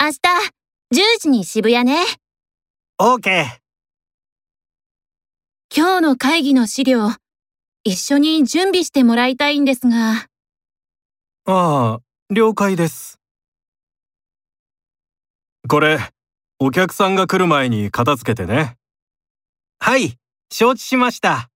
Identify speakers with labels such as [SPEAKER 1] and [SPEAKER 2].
[SPEAKER 1] 明日、10時に渋谷ね。
[SPEAKER 2] OK。
[SPEAKER 1] 今日の会議の資料、一緒に準備してもらいたいんですが、
[SPEAKER 2] ああ、了解です。これ、お客さんが来る前に片付けてね。はい、承知しました。